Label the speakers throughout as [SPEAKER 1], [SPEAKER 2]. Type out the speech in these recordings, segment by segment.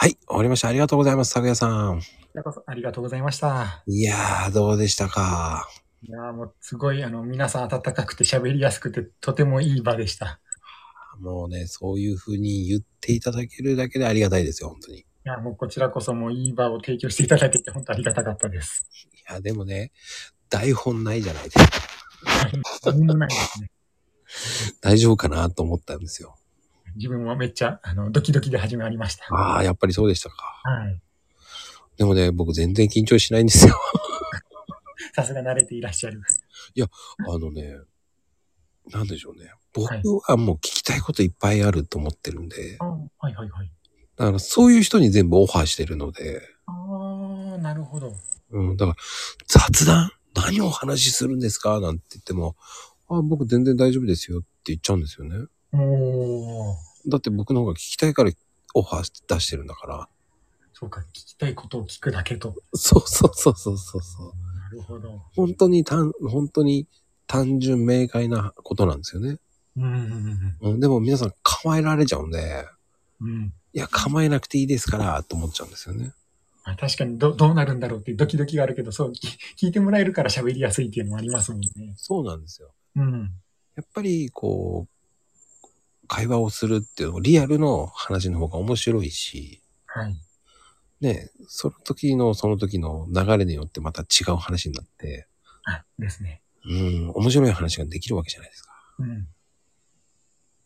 [SPEAKER 1] 終わりました。ありがとうございます、拓也さん。
[SPEAKER 2] だからありがとうございました。
[SPEAKER 1] いやー、どうでしたか。
[SPEAKER 2] いやーもうすごい、あの、皆さん温かくて喋りやすくて、とてもいい場でした。
[SPEAKER 1] もうね、そういうふうに言っていただけるだけでありがたいですよ、本当に。い
[SPEAKER 2] いや、もうこちらこそもういい場を提供していただけて、本当ありがたかったです。
[SPEAKER 1] や、でもね、台本ないじゃないですか。
[SPEAKER 2] とんでもないですね。
[SPEAKER 1] 大丈夫かなと思ったんですよ。
[SPEAKER 2] 自分もめっちゃ、あの、ドキドキで始まりました。は
[SPEAKER 1] ああ、やっぱりそうでしたか。
[SPEAKER 2] い。
[SPEAKER 1] でもね、僕全然緊張しないんですよ。
[SPEAKER 2] さすが慣れていらっしゃる。
[SPEAKER 1] あのね、なんでしょうね。僕はもう聞きたいこといっぱいあると思ってるんで、
[SPEAKER 2] あはいはいはい。
[SPEAKER 1] だからそういう人に全部オファーしてるので、
[SPEAKER 2] ああ、なるほど。
[SPEAKER 1] うん、だから、雑談何をお話しするんですかなんて言っても、あ僕全然大丈夫ですよって言っちゃうんですよね。
[SPEAKER 2] おー。
[SPEAKER 1] だって僕の方が聞きたいからオファー出してるんだから。
[SPEAKER 2] そうか、聞きたいことを聞くだけと。
[SPEAKER 1] そうそうそうそうそうそう。
[SPEAKER 2] なるほど。
[SPEAKER 1] 本当に単、本当に単純明快なことなんですよね。
[SPEAKER 2] うんうんうん
[SPEAKER 1] うん、でも皆さん構えられちゃうんで、
[SPEAKER 2] うん。うん。
[SPEAKER 1] いや、構えなくていいですから、と思っちゃうんですよね。
[SPEAKER 2] まあ、確かにど、どうなるんだろうっていうドキドキがあるけど、そう、き聞いてもらえるから喋りやすいっていうのもありますもんね。
[SPEAKER 1] そうなんですよ。
[SPEAKER 2] うん。
[SPEAKER 1] やっぱり、こう、会話をするっていうのリアルの話の方が面白いし、
[SPEAKER 2] はい。
[SPEAKER 1] ね、その時のその時の流れによってまた違う話になって、
[SPEAKER 2] あ、ですね。
[SPEAKER 1] うん、面白い話ができるわけじゃないですか。
[SPEAKER 2] うん。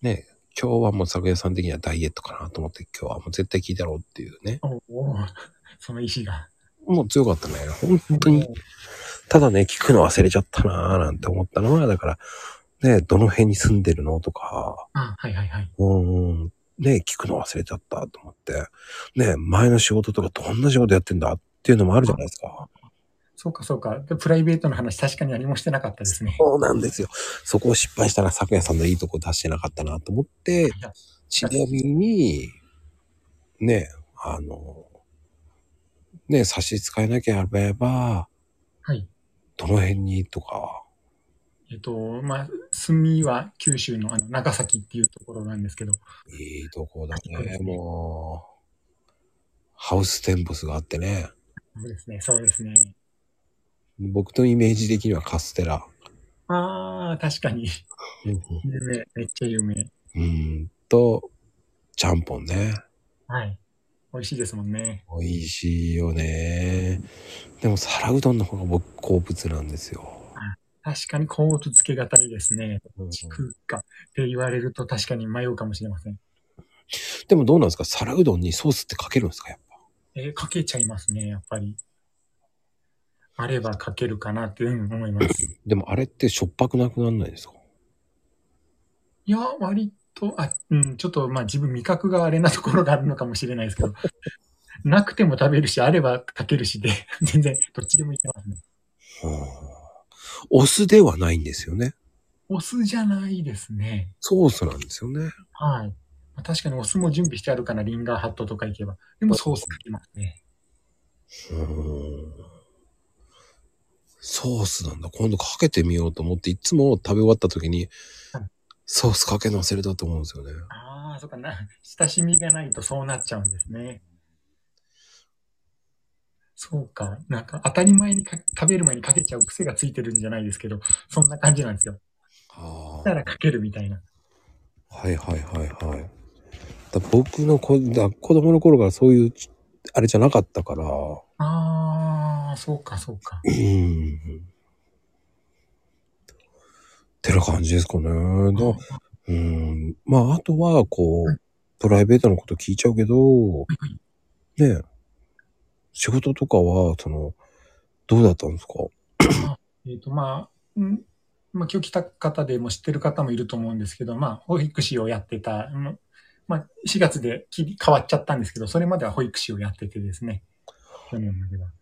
[SPEAKER 1] ね、今日はもう作家さん的にはダイエットかなと思って今日はもう絶対聞いたろうっていうね。
[SPEAKER 2] おおー、その意思が。
[SPEAKER 1] もう強かったね。本当に。ただね、聞くの忘れちゃったなーなんて思ったのは、だから、ね、どの辺に住んでるのとか、
[SPEAKER 2] あ、はいはいはい。
[SPEAKER 1] うん、うんね、聞くの忘れちゃったと思って、ね、前の仕事とかどんな仕事やってんだっていうのもあるじゃないですか。
[SPEAKER 2] そうかそうか。でプライベートの話、確かに何もしてなかったですね。
[SPEAKER 1] そうなんですよ。そこを失敗したら、昨夜さんのいいとこ出してなかったなと思って、ちなみに、ね、あの、ね、差し支えなければ、
[SPEAKER 2] はい。
[SPEAKER 1] どの辺にとか、
[SPEAKER 2] えっと、まあ、住みは九州のあの長崎っていうところなんですけど、
[SPEAKER 1] いいとこだね、もう。ハウステンボスがあってね。
[SPEAKER 2] そうですね、そうですね。
[SPEAKER 1] 僕のイメージ的にはカステラ。
[SPEAKER 2] ああ、確かに。有名、めっちゃ有名。
[SPEAKER 1] うんと、ちゃんぽんね。
[SPEAKER 2] はい。美味しいですもんね。
[SPEAKER 1] 美味しいよね。でも皿うどんの方が僕好物なんですよ。
[SPEAKER 2] 確かに、こうとつけがたいですね。食うかって言われると確かに迷うかもしれません。
[SPEAKER 1] でもどうなんですか皿うどんにソースってかけるんですかやっぱ。
[SPEAKER 2] えーかけちゃいますね、やっぱり。あればかけるかなってうん思います。
[SPEAKER 1] でもあれってしょっぱくなくなんないですか
[SPEAKER 2] いや、割と、あ、うん、ちょっと、まあ自分味覚があれなところがあるのかもしれないですけど、 なくても食べるし、あればかけるしで、 全然どっちでもいけますね。
[SPEAKER 1] お酢ではないんですよね。
[SPEAKER 2] お酢じゃないですね。
[SPEAKER 1] ソースなんですよね。
[SPEAKER 2] はい。まあ確かにお酢も準備してあるかな、リンガーハットとか行けば。でもソースかけますね。
[SPEAKER 1] うんソースなんだ。今度かけてみようと思って、いつも食べ終わった時に
[SPEAKER 2] はい、
[SPEAKER 1] ソースかけるの忘れたと思うんですよね。
[SPEAKER 2] ああ、そっかな。 親しみがないとそうなっちゃうんですね。そうか。なんか当たり前にか食べる前にかけちゃう癖がついてるんじゃないですけど、そんな感じなんですよ。
[SPEAKER 1] あ
[SPEAKER 2] だからかけるみたいな。
[SPEAKER 1] あはいはいはいはい。だ僕の子だ子供の頃からそういう、あれじゃなかったから、
[SPEAKER 2] ああ、そうか、そうか。
[SPEAKER 1] うん。ってな感じですかね。だうん。まあ、あとは、こ
[SPEAKER 2] は
[SPEAKER 1] う、プライベートのこと聞いちゃうけど、ねえ、仕事とかは、その、どうだったんですか
[SPEAKER 2] えっ、と、まあ、んまあ、今日来た方でも知ってる方もいると思うんですけど、まあ、保育士をやってた、うんまあ、4月で切り変わっちゃったんですけど、それまでは保育士をやっててですね、去年までは。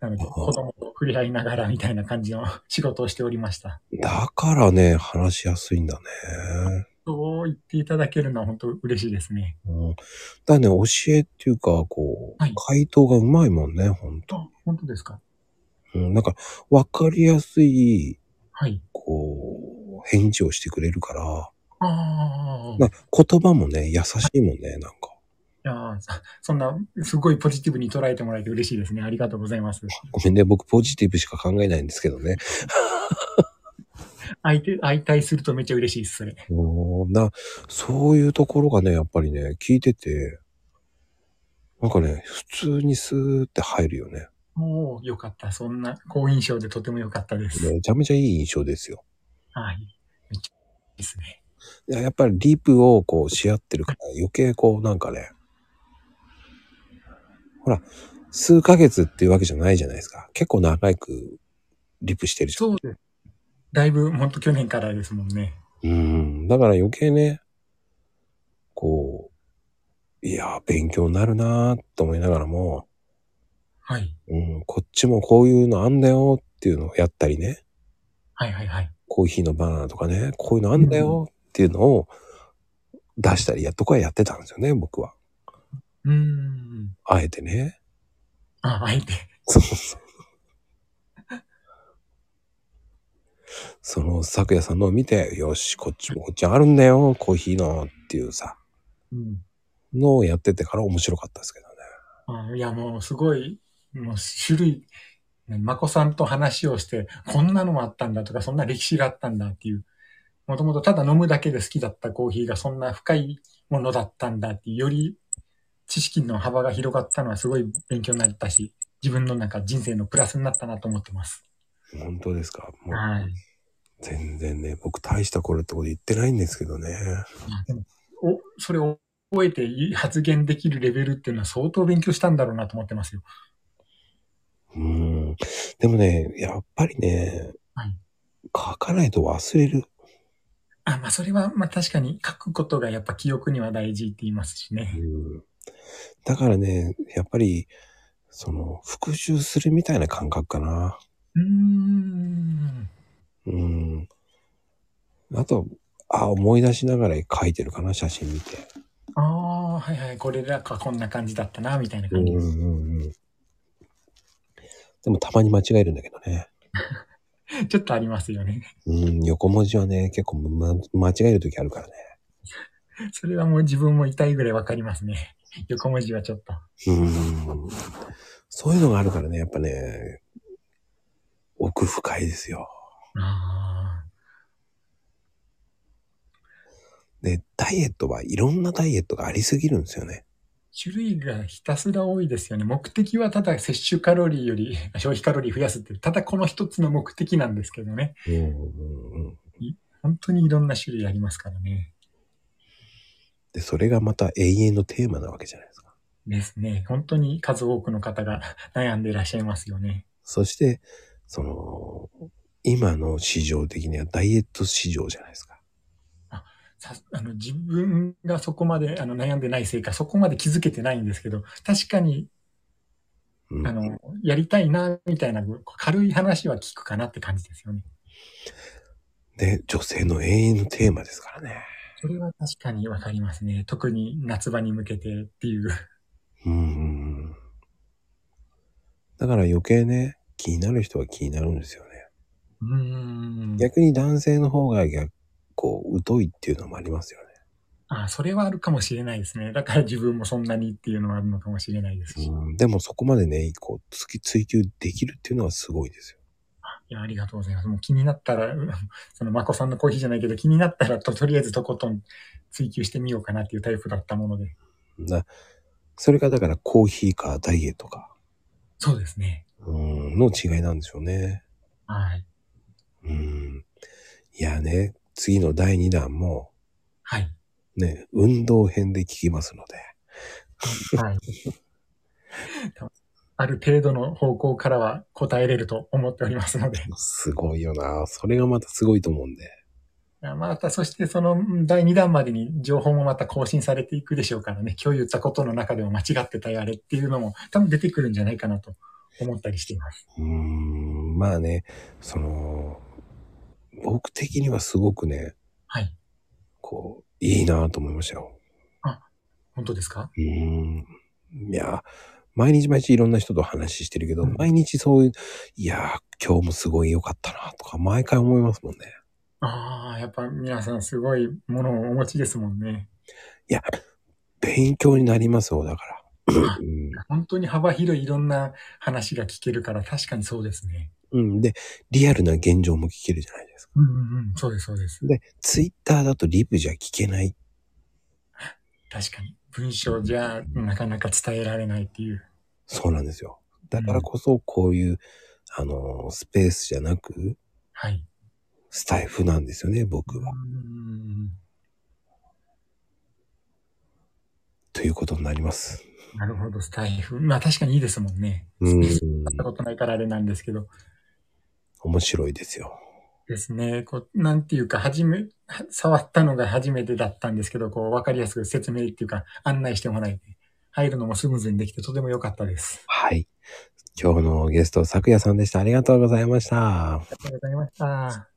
[SPEAKER 2] なので、
[SPEAKER 1] あー
[SPEAKER 2] 子供と触れ合いながらみたいな感じの仕事をしておりました。
[SPEAKER 1] だからね、話しやすいんだね。
[SPEAKER 2] そう言っていただけるのは本当嬉しいですね。
[SPEAKER 1] うん、だからね、教えっていうか、こう、
[SPEAKER 2] はい
[SPEAKER 1] 回答がうまいもんね、ほんと。
[SPEAKER 2] あ本当ですか
[SPEAKER 1] うん、なんか、わかりやすい、
[SPEAKER 2] はい。
[SPEAKER 1] こう、返事をしてくれるから、
[SPEAKER 2] ああ、
[SPEAKER 1] まあ、言葉もね、優しいもんね、なんか。
[SPEAKER 2] やーそそんな、すごいポジティブに捉えてもらえて嬉しいですね。ありがとうございます。
[SPEAKER 1] ごめんね、僕ポジティブしか考えないんですけどね。
[SPEAKER 2] 相手、相対するとめっちゃ嬉しいです、それ。
[SPEAKER 1] もうな、そういうところがね、やっぱりね、聞いてて、なんかね、普通にスーって入るよね。
[SPEAKER 2] もう、よかった。そんな、好印象でとても良かったです。
[SPEAKER 1] めちゃめちゃいい印象ですよ。
[SPEAKER 2] はい。めっちゃいいですね。
[SPEAKER 1] いややっぱりリープをこうし合ってるから余計こうなんかね、ほら、数ヶ月っていうわけじゃないじゃないですか。結構長くリプしてるじゃん。
[SPEAKER 2] そうです。だいぶ、ほんと去年からですもんね。
[SPEAKER 1] うん。だから余計ね、こう、いやー、勉強になるなーと思いながらも、
[SPEAKER 2] はい。
[SPEAKER 1] うん、こっちもこういうのあんだよっていうのをやったりね、
[SPEAKER 2] はいはいはい。
[SPEAKER 1] コーヒーのバナナとかね、こういうのあんだよっていうのを出したりやっとかやってたんですよね、僕は。
[SPEAKER 2] うーん。
[SPEAKER 1] あえてね。
[SPEAKER 2] あ、相手。
[SPEAKER 1] そうそう。その、昨夜さんのを見て、よし、こっちもこっちあるんだよ、コーヒーのっていうさ、
[SPEAKER 2] うん。
[SPEAKER 1] のをやっててから面白かったですけどね。
[SPEAKER 2] あいや、もうすごい、もう種類、ねまこさんと話をして、こんなのもあったんだとか、そんな歴史があったんだっていう、もともとただ飲むだけで好きだったコーヒーがそんな深いものだったんだっていう、より知識の幅が広がったのはすごい勉強になったし、自分の中人生のプラスになったなと思ってます。
[SPEAKER 1] 本当ですかもう
[SPEAKER 2] はい。
[SPEAKER 1] 全然ね、僕大したこれってこと言ってないんですけどね。
[SPEAKER 2] お、それを覚えて発言できるレベルっていうのは相当勉強したんだろうなと思ってますよ。
[SPEAKER 1] うん。でもね、やっぱりね、
[SPEAKER 2] はい
[SPEAKER 1] 書かないと忘れる。
[SPEAKER 2] あ、まあそれは、まあ確かに書くことがやっぱ記憶には大事って言いますしね。
[SPEAKER 1] うん。だからね、やっぱり、その、復習するみたいな感覚かな。
[SPEAKER 2] うーん。
[SPEAKER 1] うん。あと、あ、思い出しながら描いてるかな、写真見て。
[SPEAKER 2] ああ、はいはい。これらかこんな感じだったな、みたいな
[SPEAKER 1] う
[SPEAKER 2] 感
[SPEAKER 1] ん
[SPEAKER 2] じ
[SPEAKER 1] う
[SPEAKER 2] です。
[SPEAKER 1] んうん。でもたまに間違えるんだけどね。
[SPEAKER 2] ちょっとありますよね。
[SPEAKER 1] うん、横文字はね、結構、ま、間違えるときあるからね。
[SPEAKER 2] それはもう自分も痛いぐらいわかりますね。 横文字はちょっと。
[SPEAKER 1] うん。そういうのがあるからね、やっぱね、奥深いですよ。
[SPEAKER 2] あ
[SPEAKER 1] で、ダイエットはいろんなダイエットがありすぎるんですよね。
[SPEAKER 2] ー種類がひたすら多いですよね。目的はただ摂取カロリーより 消費カロリー増やすっていう、ただこの一つの目的なんですけどね。
[SPEAKER 1] うんうんうん。
[SPEAKER 2] 本当にいろんな種類ありますからね。
[SPEAKER 1] で、それがまた永遠のテーマなわけじゃないですか。
[SPEAKER 2] ですね。本当に数多くの方が悩んでいらっしゃいますよね。
[SPEAKER 1] そして、その、今の市場的にはダイエット市場じゃないですか。
[SPEAKER 2] さあの自分がそこまであの悩んでないせいか、そこまで気づけてないんですけど、確かに
[SPEAKER 1] うん、
[SPEAKER 2] あの、やりたいな、みたいな、こう軽い話は聞くかなって感じですよね。
[SPEAKER 1] で、女性の永遠のテーマですからね。
[SPEAKER 2] それは確かにわかりますね。特に夏場に向けてっていう。
[SPEAKER 1] うん。だから余計ね、気になる人は気になるんですよね。
[SPEAKER 2] うーん。
[SPEAKER 1] 逆に男性の方が逆、こう、疎いっていうのもありますよね。
[SPEAKER 2] あ、それはあるかもしれないですね。だから自分もそんなにっていうのはあるのかもしれないですし。い
[SPEAKER 1] うん、でもそこまでね、こう、突き追求できるっていうのはすごいですよ。
[SPEAKER 2] や、ありがとうございます。もう気になったら、 うんその、まこさんのコーヒーじゃないけど、気になったらと、とりあえずとことん追求してみようかなっていうタイプだったもので。
[SPEAKER 1] なそれがだからコーヒーかダイエットか、
[SPEAKER 2] そうですね。
[SPEAKER 1] うん、の違いなんでしょうね。
[SPEAKER 2] はい。
[SPEAKER 1] うん。いやね、次の第2弾も、
[SPEAKER 2] はい。
[SPEAKER 1] ね、運動編で聞きますので。
[SPEAKER 2] はい。ある程度の方向からは答えれると思っておりますので。
[SPEAKER 1] すごいよな。それがまたすごいと思うんで。
[SPEAKER 2] いや また、そしてそのうん第2弾までに情報もまた更新されていくでしょうからね、今日言ったことの中でも間違ってたよあれっていうのも多分出てくるんじゃないかなと思ったりしています。
[SPEAKER 1] うん、まあね、その、僕的にはすごくね、
[SPEAKER 2] はい。
[SPEAKER 1] こう、いいなと思いましたよ。
[SPEAKER 2] 本当ですか
[SPEAKER 1] うん。いや、毎日毎日いろんな人と話してるけど、
[SPEAKER 2] うん
[SPEAKER 1] 毎日そういう、いやー、今日もすごい良かったなとか、毎回思いますもんね。
[SPEAKER 2] ああ、やっぱ皆さんすごいものをお持ちですもんね。
[SPEAKER 1] 勉強になりますよ、だから。うん
[SPEAKER 2] 本当に幅広いいろんな話が聞けるから、確かにそうですね。
[SPEAKER 1] うん。で、リアルな現状も聞けるじゃないですか。
[SPEAKER 2] うんうんうん、そうです、そうです。
[SPEAKER 1] で、ツイッターだとリブじゃ聞けない。
[SPEAKER 2] 確かに。文章じゃ、なかなか伝えられないっていう。
[SPEAKER 1] そうなんですよ。だからこそ、こういう、あのー、スペースじゃなく、
[SPEAKER 2] はい。
[SPEAKER 1] スタイフなんですよね、僕
[SPEAKER 2] うんう
[SPEAKER 1] は。
[SPEAKER 2] ん
[SPEAKER 1] ということになります。
[SPEAKER 2] うんなるほど、スタイフ。まあ確かにいいですもんね。
[SPEAKER 1] うん
[SPEAKER 2] や。ったことないからあれなんですけど。
[SPEAKER 1] 面白いですよ。
[SPEAKER 2] ですね。こう、なんていうか、初め、は触ったのが初めてだったんですけど、こう、わかりやすく説明っていうか、案内してもらえて、入るのもスムーズにできて、とても良かったです。
[SPEAKER 1] はい。今日のゲスト、咲夜さんでした。ありがとうございました。
[SPEAKER 2] ありがとうございました。